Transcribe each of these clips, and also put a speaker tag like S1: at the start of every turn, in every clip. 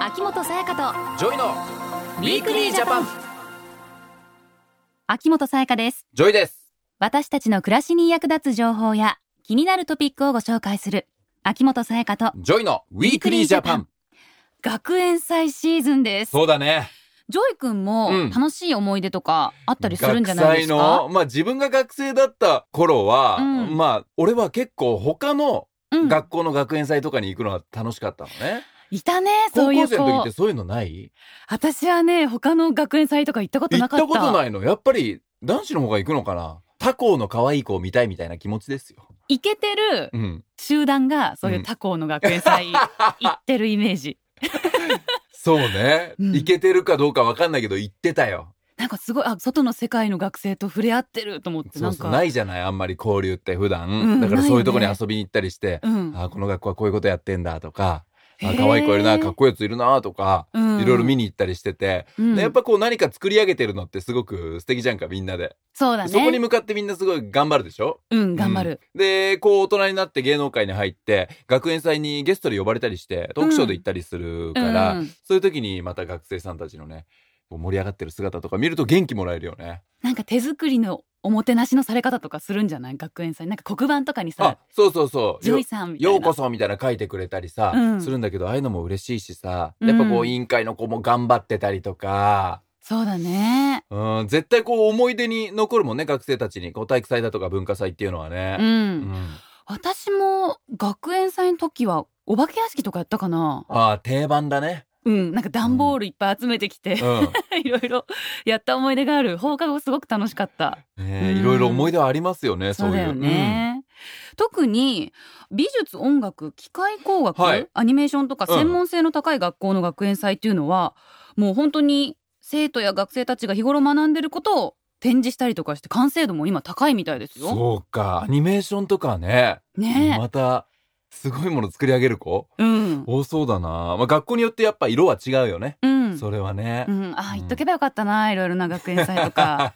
S1: 秋元才加と
S2: ジョイのウィークリージャパン
S1: 秋元才加です
S2: ジョイです
S1: 私たちの暮らしに役立つ情報や気になるトピックをご紹介する秋元才加と
S2: ジョイのウィークリージャパン
S1: 学園祭シーズンです
S2: そうだね
S1: ジョイ君も
S2: うん
S1: 楽しい思い出とかあったりするんじ
S2: 学
S1: ゃないで
S2: 祭
S1: すか、
S2: のまあ自分が学生だった頃は、
S1: うん
S2: まあ俺は結構他の
S1: うん、
S2: 学校の学園祭とかに行くのが楽しかったのね、
S1: いたねそういう
S2: 高校生の時っ
S1: 子
S2: てそういうのない
S1: 私はね他の学園祭とか行ったこと
S2: 行
S1: な
S2: っ
S1: かった
S2: たことないのやっぱり男子の方が行くのかな他校の可愛い子を見たいみたいな気持ちですよ、
S1: 行けてる
S2: うん、
S1: 集団がそういう他校の学園 祭行ってるイメージ、
S2: そうね、
S1: うん
S2: 行けてるかどうかわかんないけど行ってたよ
S1: なんかすごいあ外の世界の学生と触れ合ってると思って
S2: そ
S1: な
S2: うん
S1: か
S2: そうないじゃないあんまり交流って普段、
S1: うん
S2: だからそういうとこに
S1: ないよね
S2: 遊びに行ったりして、
S1: うん
S2: あーこの学校はこういうことやってんだとか、
S1: へ
S2: あ
S1: ー
S2: ー可愛い子いるなかっこいいやついるなとか、
S1: うん
S2: いろいろ見に行ったりしてて、
S1: うん
S2: でやっぱこう何か作り上げてるのってすごく素敵じゃんかみんなで、
S1: そうだね
S2: そこに向かってみんなすごい頑張るでしょ
S1: うん頑張る、
S2: でこう大人になって芸能界に入って学園祭にゲストで呼ばれたりしてトークショーで行ったりする
S1: うん
S2: から、そういう時にまた学生さんたちのねこう盛り上がってる姿とか見ると元気もらえるよね。
S1: なんか手作りのおもてなしのされ方とかするんじゃない学園祭なんか黒板とかに
S2: あ
S1: さ
S2: そうそうそう。
S1: ジョイさんみたい
S2: よ
S1: な
S2: うこそみたいな書いてくれたりさ、
S1: うん
S2: するんだけどああいうのも嬉しいしさやっぱ
S1: う
S2: こうん委員会の子も頑張ってたりとか、
S1: そうだね
S2: うん、絶対こう思い出に残るもんね学生たちにこう体育祭だとか文化祭っていうのは
S1: う
S2: ね。
S1: ん、
S2: うん
S1: 私も学園祭の時はお化け屋敷とかやったかな
S2: ああ定番だね。
S1: うんなんか段ボールいっぱい集めてきて、
S2: う ん
S1: いろいろやった思い出がある放課後すごく楽しかった
S2: ねえ
S1: うん
S2: いろいろ思い出はありますよね
S1: そ
S2: そううい
S1: だ
S2: う。
S1: よね、特に美術音楽機械工学、
S2: はい
S1: アニメーションとか
S2: うん
S1: 専門性の高い学校の学園祭っていうのは、もう本当に生徒や学生たちが日頃学んでることを展示したりとかして完成度も今高いみたいです
S2: うん
S1: よ。
S2: そうかアニメーションとかね
S1: ね
S2: またすごいもの作り上げる子
S1: え、うん、
S2: 多そうだな、まあ、学校によってやっぱ色は違うよね、
S1: うん、
S2: それはね。
S1: うん、あ言っとけばよかったな、いろいろな学園祭と か、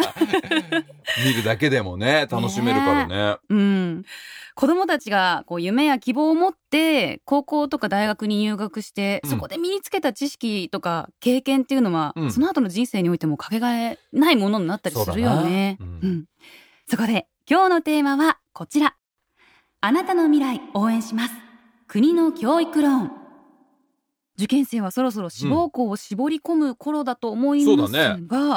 S2: 見るだけでもね楽しめるからね
S1: うん、子どもたちがこう夢や希望を持って高校とか大学に入学して、
S2: うん
S1: そこで身につけた知識とか経験っていうのは、
S2: うん
S1: その後の人生においてもかけがえないものになったりするよね。
S2: そうだな
S1: う
S2: うん
S1: ん、そこで今日のテーマはこちらあなたの未来応援します国の教育ローン受験生はそろそろ志望校を絞り込む頃だと思いますが、
S2: そう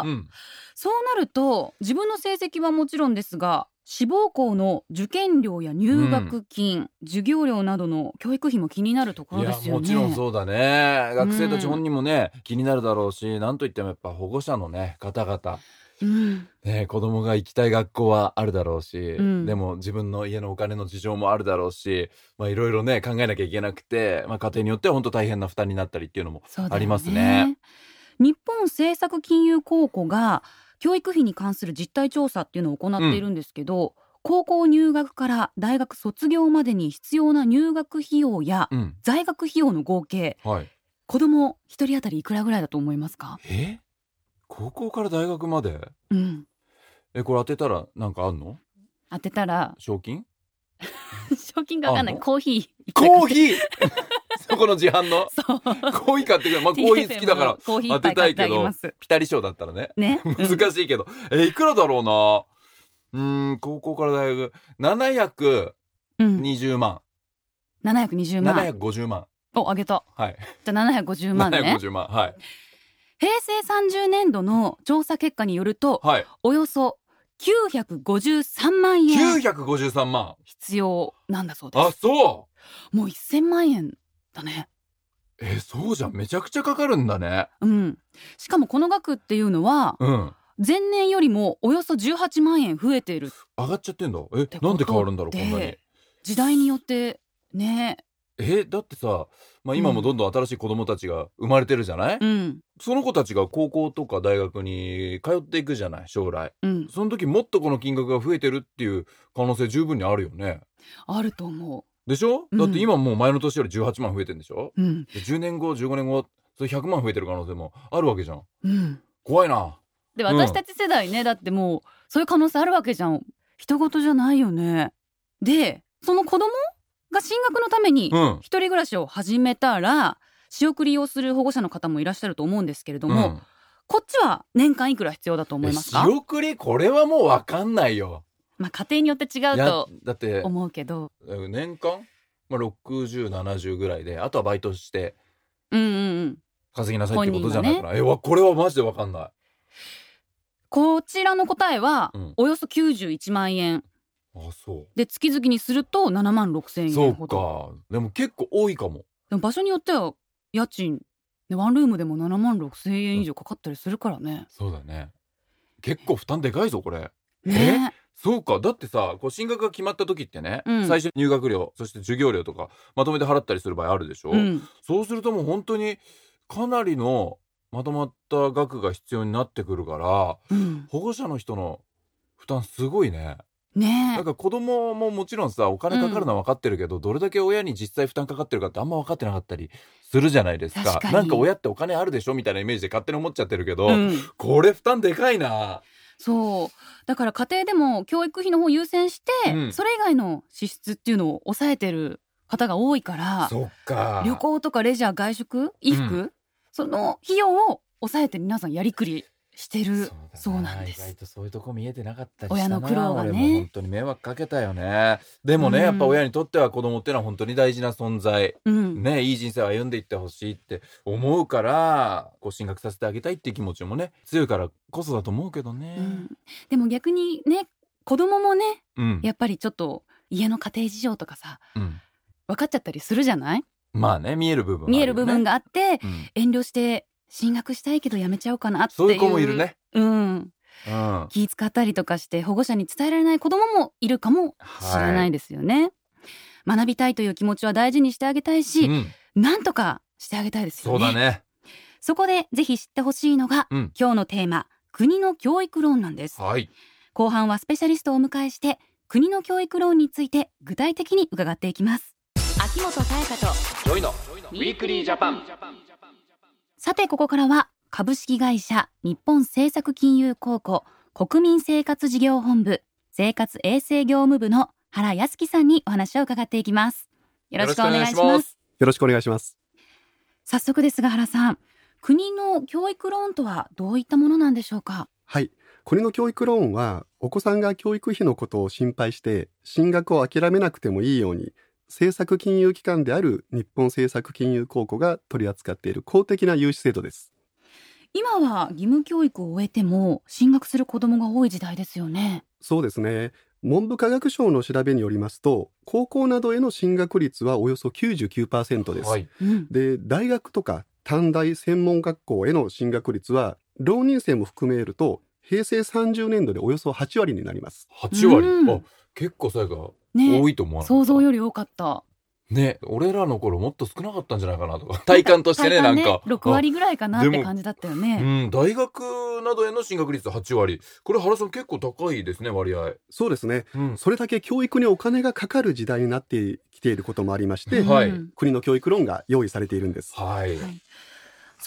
S2: うん
S1: そうなると自分の成績はもちろんですが志望校の受験料や入学金、授業料などの教育費も気になるとこ
S2: い
S1: ろで
S2: や
S1: すよ
S2: も
S1: ね。
S2: ちろんそうだね
S1: ん
S2: 学生たち本人もね、気になるだろうしなんといってもやっぱ保護者のね方々
S1: うん
S2: ね子供が行きたい学校はあるだろうし、
S1: ん
S2: でも自分の家のお金の事情もあるだろうしまあいろいろね考えなきゃいけなくて、まあ、家庭によっては本当大変な負担になったりっていうのも
S1: そうだよ
S2: ありますね。
S1: 日本政策金融公庫が教育費に関する実態調査っていうのを行っているんですけど、高校入学から大学卒業までに必要な入学費用や
S2: うん
S1: 在学費用の合計
S2: はい
S1: 子供一人当たりいくらぐらいだと思いますか、
S2: え高校から大学まで
S1: うん、
S2: えこれ当てたらなんかあんの
S1: 当てたら
S2: 賞金
S1: 賞金がわかんない
S2: あんの
S1: コーヒー
S2: コーヒー そこの自販の
S1: そう
S2: コーヒー買ってくる。まあ、コーヒー好きだから、
S1: コーヒーいっぱい買ってあげます
S2: ピタリ賞だったらね。
S1: ね、うん
S2: 難しいけど。え、いくらだろうなうーん、高校から大学。720
S1: うん、
S2: 万。
S1: 720万
S2: 750万。
S1: お上げた
S2: はい。
S1: じゃあ750万ね
S2: 750万。はい。
S1: 平成30年度の調査結果によると
S2: はい。
S1: およそ953万円
S2: 953万。
S1: 必要なんだそうで
S2: あ、
S1: す
S2: そ
S1: もう1000万円だね
S2: うえ、そうじゃん。めちゃくちゃかかるんだね。
S1: うんしかもこの額っていうのは
S2: うん。
S1: 前年よりもおよそ18万円増えている
S2: 上がっちゃってんだ。え
S1: てこと、で
S2: なんで変わるんだろう、こんなに。
S1: 時代によってね
S2: え、だってさ、まあ今もどんどん新しい子供たちが生まれてるじゃない、
S1: うん
S2: その子たちが高校とか大学に通っていくじゃない、将来。
S1: うん
S2: その時もっとこの金額が増えてるっていう可能性十分にあるよね。
S1: あると思
S2: でしょ
S1: うん
S2: だって今もう前の年より18万増えてんでしょ
S1: ううん
S2: で ?10 年後15年後それ100万増えてる可能性もあるわけじゃん。
S1: うん
S2: 怖いな。
S1: で
S2: うん
S1: 私たち世代ね、だってもうそういう可能性あるわけじゃん人事じゃないよねでその子供が進学のために
S2: うん
S1: 一人暮らしを始めたら、仕送りをする保護者の方もいらっしゃると思うんですけれども、
S2: うん
S1: こっちは年間いくら必要だと思いますか
S2: え仕送りこれはもうわかんないよ。
S1: まあ家庭によって違う
S2: いや
S1: と
S2: だって
S1: 思うけど
S2: 年間、まあ、6070ぐらいであとはバイトして
S1: うんうんうん
S2: 稼ぎなさいってことじゃないかな、えわこれはマジでわかんない。
S1: こちらの答えは、
S2: うん
S1: およそ91万円
S2: あそ
S1: で月々にすると7万6千
S2: う。
S1: 円
S2: そ
S1: ほ
S2: う
S1: ど
S2: かでも結構多いかも。
S1: でも場所によっては家賃ねワンルームでも7万6千円以上かかったりするからね。
S2: そうだね。結構負担でかいぞこれ。
S1: ね
S2: そうかだってさこう進学が決まった時ってね、
S1: うん
S2: 最初入学料そして授業料とかまとめて払ったりする場合あるでしょ、
S1: うん、
S2: そうするともう本当にかなりのまとまった額が必要になってくるから
S1: うん、
S2: 保護者の人の負担すごいね。
S1: ね
S2: なんか子供ももちろんさお金かかるのは分かってるけど、どれだけ親に実際負担かかってるかってあんま分かってなかったりするじゃないですか
S1: 確かに
S2: なんか親ってお金あるでしょみたいなイメージで勝手に思っちゃってるけど、
S1: うん、
S2: これ負担でかいな
S1: そうだから家庭でも教育費の方を優先して、
S2: うん
S1: それ以外の支出っていうのを抑えてる方が多いから
S2: そっか
S1: 旅行とかレジャー外食衣服、その費用を抑えて皆さんやりくりしてるそう,、なんで
S2: 意外
S1: す。
S2: とそういうとこ見えてなかったり
S1: 親の苦労がね
S2: 俺も本当に迷惑かけたよねでもね、
S1: うん
S2: やっぱ親にとっては子供ってのは本当に大事な存在
S1: うん、
S2: ねいい人生を歩んでいってほしいって思うからこう進学させてあげたいっていう気持ちもね強いからこそだと思うけどね
S1: う、ん、でも逆にね子供もね
S2: うん
S1: やっぱりちょっと家の家庭事情とかさ
S2: うん
S1: 分かっちゃったりするじゃない、
S2: まあね見える部分はあ
S1: 見え
S2: よ
S1: る
S2: ね
S1: 部分、があって
S2: うん
S1: 遠慮して進学したいけどやめちゃおうかなっていう
S2: そういう子もいるね、
S1: うん、
S2: うん、
S1: 気使ったりとかして保護者に伝えられない子供もいるかもしれないですよね、学びたいという気持ちは大事にしてあげたいし、
S2: うん
S1: なんとかしてあげたいですよ
S2: そ
S1: ね
S2: うだね
S1: そこでぜひ知ってほしいのが、
S2: うん
S1: 今日のテーマ国の教育論なんです
S2: はい
S1: 後半はスペシャリストをお迎えして国の教育論について具体的に伺っていきます秋元彩香と
S2: ジョイの
S1: ウィークリージャパンさてここからは株式会社日本政策金融公庫国民生活事業本部生活衛生業務部の原康樹さんにお話を伺っていきますよろしくお願いし
S2: よろしくお願
S1: ま
S2: いします
S3: よろしくお願いします。
S1: 早速ですが原さん国の教育論とはどういったものなんでしょうか
S3: はい。国の教育ローンは、お子さんが教育費のことを心配して、進学を諦めなくてもいいように、政策金融機関である日本政策金融公庫が取り扱っている公的な融資制度です。
S1: 今は義務教育を終えても進学する子どもが多い時代ですよね
S3: そうですね。文部科学省の調べによりますと、高校などへの進学率はおよそ99%です。
S2: はい
S1: うん、
S3: で、大学とか短大専門学校への進学率は、浪人生も含めると、平成30年度でおよそ8割になります。
S2: 八割、
S1: うん
S2: あ結構最後
S1: ね
S2: 多いと思わない、
S1: 想像より多かった
S2: ね俺らの頃もっと少なかったんじゃないかなとか体感としてね
S1: 体
S2: なん
S1: 感
S2: か
S1: 6割ぐらいかなっ
S2: で
S1: て
S2: も
S1: 感じだったよ
S2: あう
S1: ね
S2: ん大学などへの進学率8割これ原さん結構高いですね割合、
S3: そうですね。
S2: うん、
S3: それだけ教育にお金がかかる時代になってきていることもありまして、
S2: うんはい
S1: うん
S3: 国の教育ローンが用意されているんです。
S2: はい、
S1: はい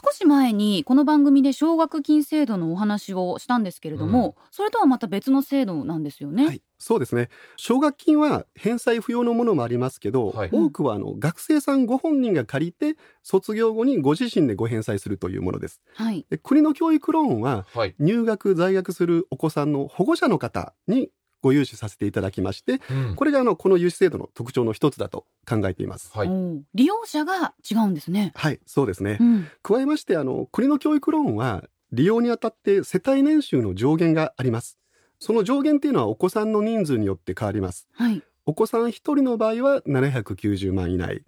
S1: 少し前にこの番組で奨学金制度のお話をしたんですけれども、それとはまた別の制度なんですよね。
S3: はい、そうですね。奨学金は返済不要のものもありますけど、
S2: はい
S3: 多くはあの学生さんご本人が借りて卒業後にご自身でご返済するというものです。
S1: はい、
S3: で国の教育ローンは
S2: はい
S3: 入学在学するお子さんの保護者の方にご融資させていただきまして、
S2: うん
S3: これがあのこの融資制度の特徴の一つだと考えています。
S2: はい
S1: おう利用者が違うんですね。
S3: はい、そうですね
S1: う。ん、
S3: 加えましてあの国の教育ローンは利用にあたって世帯年収の上限がありますその上限っていうのはお子さんの人数によって変わります
S1: はい、
S3: お子さん1人の場合は790万以内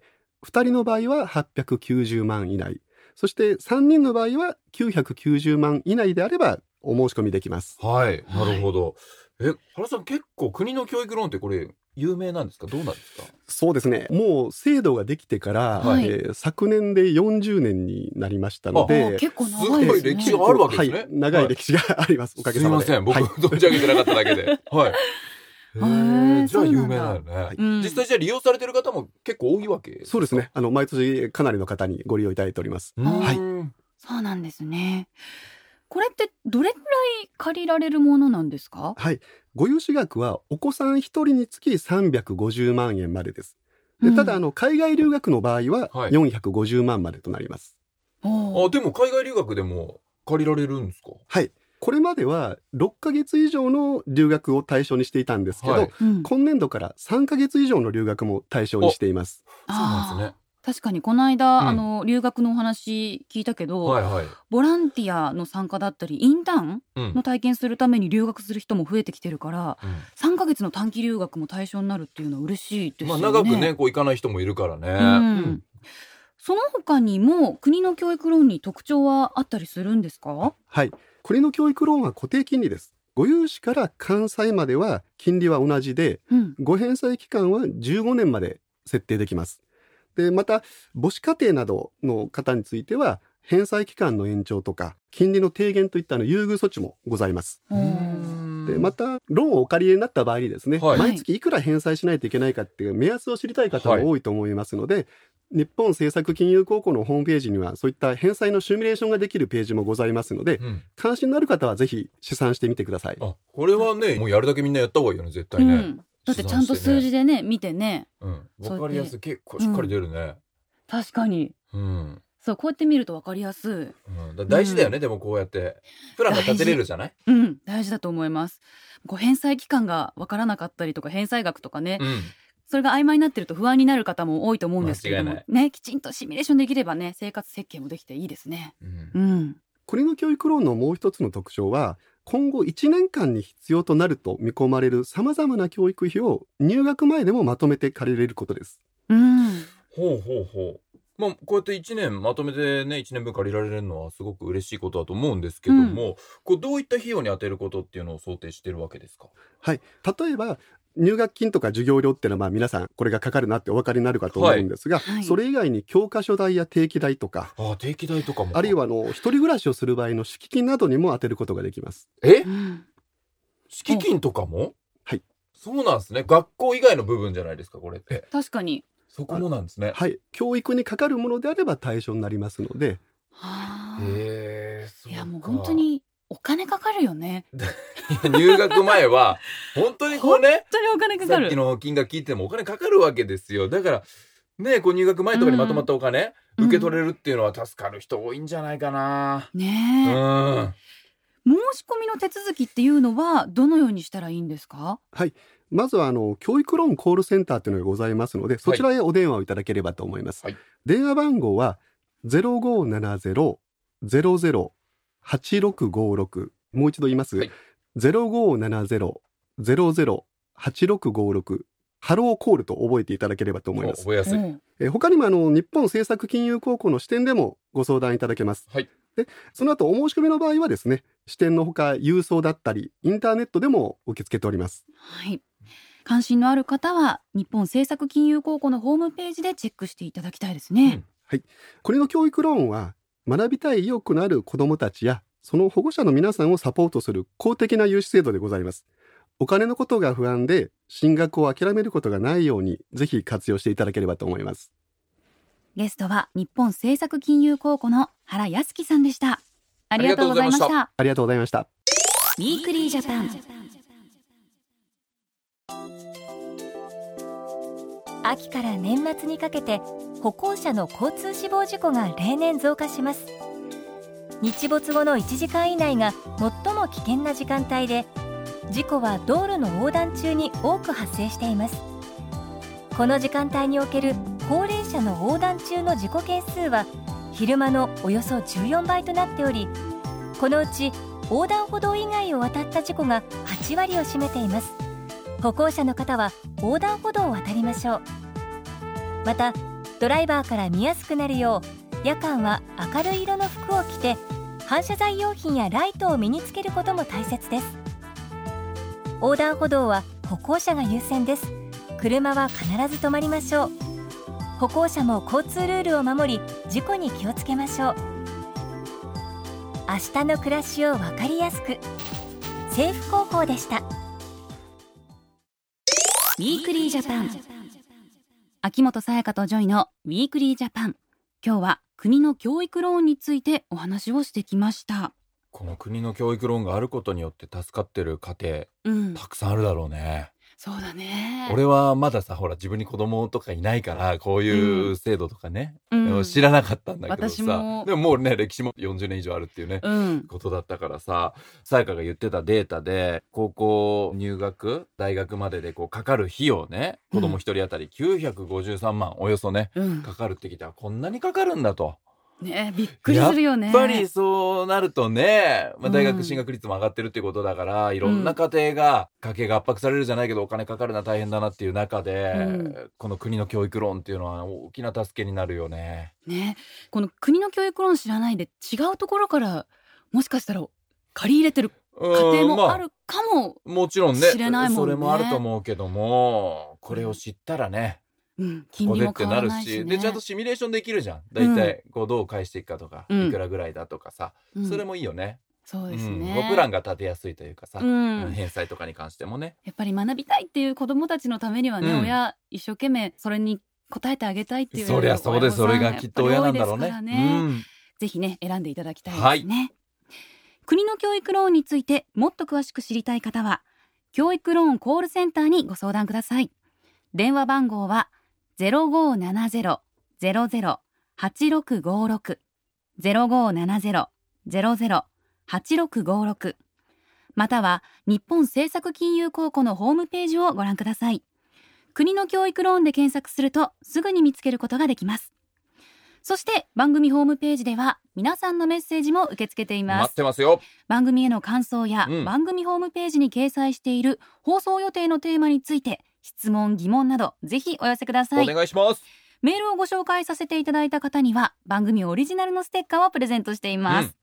S3: 2人の場合は890万以内そして3人の場合は990万以内であればお申し込みできます
S2: はい、なるほど。え、原さん結構国の教育ローンってこれ有名なんですかどうなんですか
S3: そうですねもう制度ができてから、
S1: はい
S3: えー昨年で40年になりましたの
S1: あ
S3: で
S1: 結構
S2: す
S1: 長
S2: ご
S1: いで
S2: い
S1: すね。
S2: 歴史があるわけですね。
S3: はい、長い歴史があります、おかげ
S2: す
S3: さ
S2: い
S3: ま
S2: ま
S3: で
S2: せん、僕、
S3: はい
S2: 存じ上げてなかっただけで。はい。へ
S1: へ
S2: ー
S1: ー
S2: じゃあ
S1: そうな
S2: 有
S1: んだ
S2: 名だよね。
S1: うん
S2: 実際じゃあ利用されてる方も結構多いわけ
S3: そうです。ね。あの、毎年かなりの方にご利用いただいております。
S2: う
S1: はい
S2: ーん。
S1: そうなんですね。これってどれくらい借りられるものなんですか？
S3: はい。ご融資額はお子さん1人につき350万円までです。でただ、あの、海外留学の場合は、
S2: はい
S3: 450万までとなります。
S1: お
S2: あ、
S1: ー
S2: でも海外留学でも借りられるんですか
S3: はい。これまでは、6ヶ月以上の留学を対象にしていたんですけど、
S2: はい
S1: うん
S3: 今年度から3ヶ月以上の留学も対象にしています。
S2: そうなんで
S1: あ
S2: すね。
S1: ー確かにこの間、
S2: うん
S1: あの留学のお話聞いたけど、
S2: はいはい。
S1: ボランティアの参加だったりインターン
S2: うん。
S1: の体験するために留学する人も増えてきてるから
S2: うん
S1: 3ヶ月の短期留学も対象になるっていうのは嬉しいです
S2: ま
S1: よ
S2: あ
S1: ね。
S2: 長くね、こう行かない人もいるからね。
S1: うん
S2: うん
S1: その他にも国の教育論に特徴はあったりするんですか？
S3: はい。国の教育ローンは固定金利です。ご融資から完済までは金利は同じで、
S1: うん。
S3: ご返済期間は15年まで設定できます。で、また、母子家庭などの方については、返済期間の延長とか、金利の低減といったあの優遇措置もございます。で、また、ローンをお借りになった場合にですね、
S2: はい
S3: 毎月いくら返済しないといけないかっていう目安を知りたい方も多いと思いますので、日本政策金融高校のホームページには、そういった返済のシミュレーションができるページもございますので、
S2: うん
S3: 関心のある方はぜひ試算してみてください。
S2: あ、これはね、もうやるだけみんなやった方がいいよね、絶
S1: う
S2: 対ね。
S1: ん。だってちゃんと数字でね見てね。
S2: うん。
S1: そうやって
S2: わかりやすい。結構しっかり出るね。
S1: 確かに。
S2: うん。
S1: そうこうやって見るとわかりやす
S2: うんだ大事だよね、でもこうやって。プランが立てれるじゃない
S1: い。うん。大事だと思います。ご返済期間がわからなかったりとか返済額とかね、
S2: うん。
S1: それが曖昧になってると不安になる方も多いと思うんですけれど
S2: 間
S1: も
S2: 違
S1: ねきちんとシミュレーションできればね生活設計もできていいですね。
S2: うん
S1: うん。
S3: 国の教育ローンのもう一つの特徴は今後1年間に必要となると見込まれるさまざまな教育費を入学前でもまとめて借りれることです。
S1: うん。
S2: ほうほうほう。まあ、こうやって1年まとめてね、1年分借りられるのはすごく嬉しいことだと思うんですけども、こうどういった費用に充てることっていうのを想定してるわけですか
S3: はい、例えば入学金とか授業料ってのはまあ皆さんこれがかかるなってお分かりになるかと思うんですが、
S1: はいはい
S3: それ以外に教科書代や定期代とか
S2: ああ、定期代とかも。
S3: あるい。はあの一人暮らしをする場合の敷金などにも当てることができます。
S2: え
S1: うん
S2: 敷金とかも
S3: はい。
S2: そうなんですね。学校以外の部分じゃないですか、これって。
S1: 確かに。
S2: そこもなんですね。
S3: はい、教育にかかるものであれば対象になりますので
S1: はあ。
S2: へえ、そ
S1: いや
S2: か
S1: もう本当。にお金かかるよね。
S2: 入学前は、本当にこうね、
S1: 本当にお金か
S2: さ
S1: か
S2: っき
S1: る。
S2: の金額聞いてもお金かかるわけですよ。だから、ね、こう入学前とかにまとまったお金、
S1: うん
S2: 受け取れるっていうのは助かる人多いんじゃないかな。う
S1: ねえ、
S2: ん。
S1: 申し込みの手続きっていうのはどのようにしたらいいんですか？
S3: まずはあの教育ローンコールセンターというのがございますので、そちらへお電話をいただければと思います。
S2: はい
S3: 電話番号は0570-00-8656もう一度言います。
S2: はい
S3: 0570-00-8656ハローコールと覚えていただければと思います。
S2: 覚えやすい。
S1: うん
S3: えー他にもあの日本政策金融高校の支店でもご相談いただけます。
S2: はい
S3: でその後お申し込みの場合はですね、支店のほか郵送だったりインターネットでも受け付けております。
S1: はい。関心のある方は日本政策金融高校のホームページでチェックしていただきたいですね。
S3: 国の教育ローンは学びたい意欲のある子どもたちやその保護者の皆さんをサポートする公的な融資制度でございますお金のことが不安で進学を諦めることがないようにぜひ活用していただければと思います
S1: ゲストは日本政策金融高校の原康樹さんでした。ありがとうございました。
S2: ありが
S3: ありがとうございました
S1: ウィークリージャパン。
S4: 秋から年末にかけて歩行者の交通死亡事故が例年増加します日没後の1時間以内が最も危険な時間帯で事故は道路の横断中に多く発生していますこの時間帯における高齢者の横断中の事故件数は昼間のおよそ14倍となっておりこのうち横断歩道以外を渡った事故が8割を占めています歩行者の方は横断歩道を渡りましょうまたドライバーから見やすくなるよう夜間は明るい色の服を着て反射材用品やライトを身につけることも大切です横断歩道は歩行者が優先です車は必ず止まりましょう歩行者も交通ルールを守り事故に気をつけましょう明日の暮らしを分かりやすく政府広報でした
S1: ウィークリージャパン。秋元沙耶香とジョイのウィークリージャパン。今日は国の教育ローンについてお話をしてきました。
S2: この国の教育ローンがあることによって助かってる家庭、
S1: うん、
S2: たくさんあるだろうね。
S1: そうだね
S2: 俺はまださほら自分に子供とかいないからこういう制度とかね、
S1: うん
S2: 知らなかったんだけど
S1: 私
S2: さ
S1: も
S2: でももうね歴史も40年以上あるっていうね、
S1: うん
S2: ことだったからささやかが言ってたデータで高校入学大学まででこうかかる費用ね子供一人当たり953万、およそね
S1: うん
S2: かかるってきたらこんなにかかるんだと。
S1: ねびっくりするよね
S2: やっぱりそうなるとね、まあ、大
S1: うん
S2: 学進学率も上がってるっていうことだから、いろんな家庭が家計が圧迫されるじゃないけどお金かかるな大変だなっていう中で、
S1: うん
S2: この国の教育論っていうのは大きな助けになるよね。
S1: ねこの国の教育論知らないで違うところからもしかしたら借り入れてる
S2: 家
S1: 家庭もあるかも、
S2: もちろんね
S1: 知れないもんね
S2: それもあると思うけどもこれを知ったらね
S1: うん、金
S2: こ
S1: 利
S2: こでっ
S1: も
S2: て
S1: 変
S2: な
S1: わら
S2: る
S1: ない
S2: し
S1: し、ね、
S2: でちゃんとシミュレーションできるじゃん大体こうどう返していくかとか、
S1: うん
S2: いくらぐらいだとかさ、
S1: うん
S2: それもいいよね。
S1: そう
S2: う
S1: です
S2: ん
S1: ね、
S2: 僕らが立てやすいというかさ、
S1: うん
S2: うん返済とかに関してもね。
S1: やっぱり学びたいっていう子どもたちのためにはね、
S2: うん
S1: 親一生懸命それに応えてあげたいっていう
S2: そりゃそうですそれがきっと親なんだろうね。
S1: 親御さんがやっぱり多いですからね
S2: うん
S1: ぜひね選んでいただきたいですね、国の教育ローンについてもっと詳しく知りたい方は教育ローンコールセンターにご相談ください電話番号は0570-00-8656 0570-00-8656または日本政策金融公庫のホームページをご覧ください国の教育ローンで検索するとすぐに見つけることができますそして番組ホームページでは皆さんのメッセージも受け付けています
S2: 待ってますよ。
S1: 番組への感想や、
S2: うん
S1: 番組ホームページに掲載している放送予定のテーマについて質問疑問などぜひお寄せくださ
S2: お
S1: い
S2: 願いします。
S1: メールをご紹介させていただいた方には番組オリジナルのステッカーをプレゼントしています、
S2: うん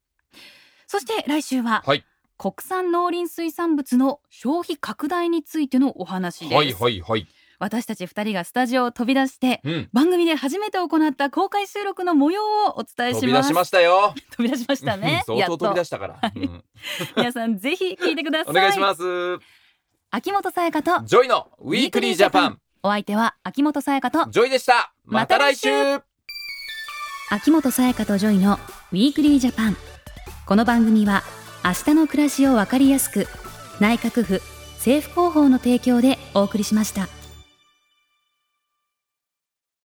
S1: そして来週は、
S2: はい
S1: 国産農林水産物の消費拡大についてのお話です、
S2: はいはいはい。
S1: 私たち二人がスタジオを飛び出して
S2: うん。
S1: 番組で初めて行った公開収録の模様をお伝え
S2: 飛
S1: し
S2: び
S1: ま
S2: 出
S1: す
S2: しましたよ。
S1: 飛び出しましたね
S2: 相当飛
S1: や
S2: び出
S1: っ
S2: したから。
S1: はい
S2: うん
S1: と皆さんぜひ聞いてくださ
S2: お
S1: い
S2: 願いします。
S1: 秋元さやかと
S2: ジョイのウィークリージャパン。
S1: お相手は秋元さやかと
S2: ジョイでした。また来週。
S1: 秋元才加とジョイのウィークリージャパンこの番組は明日の暮らしをわかりやすく内閣府政府広報の提供でお送りしました。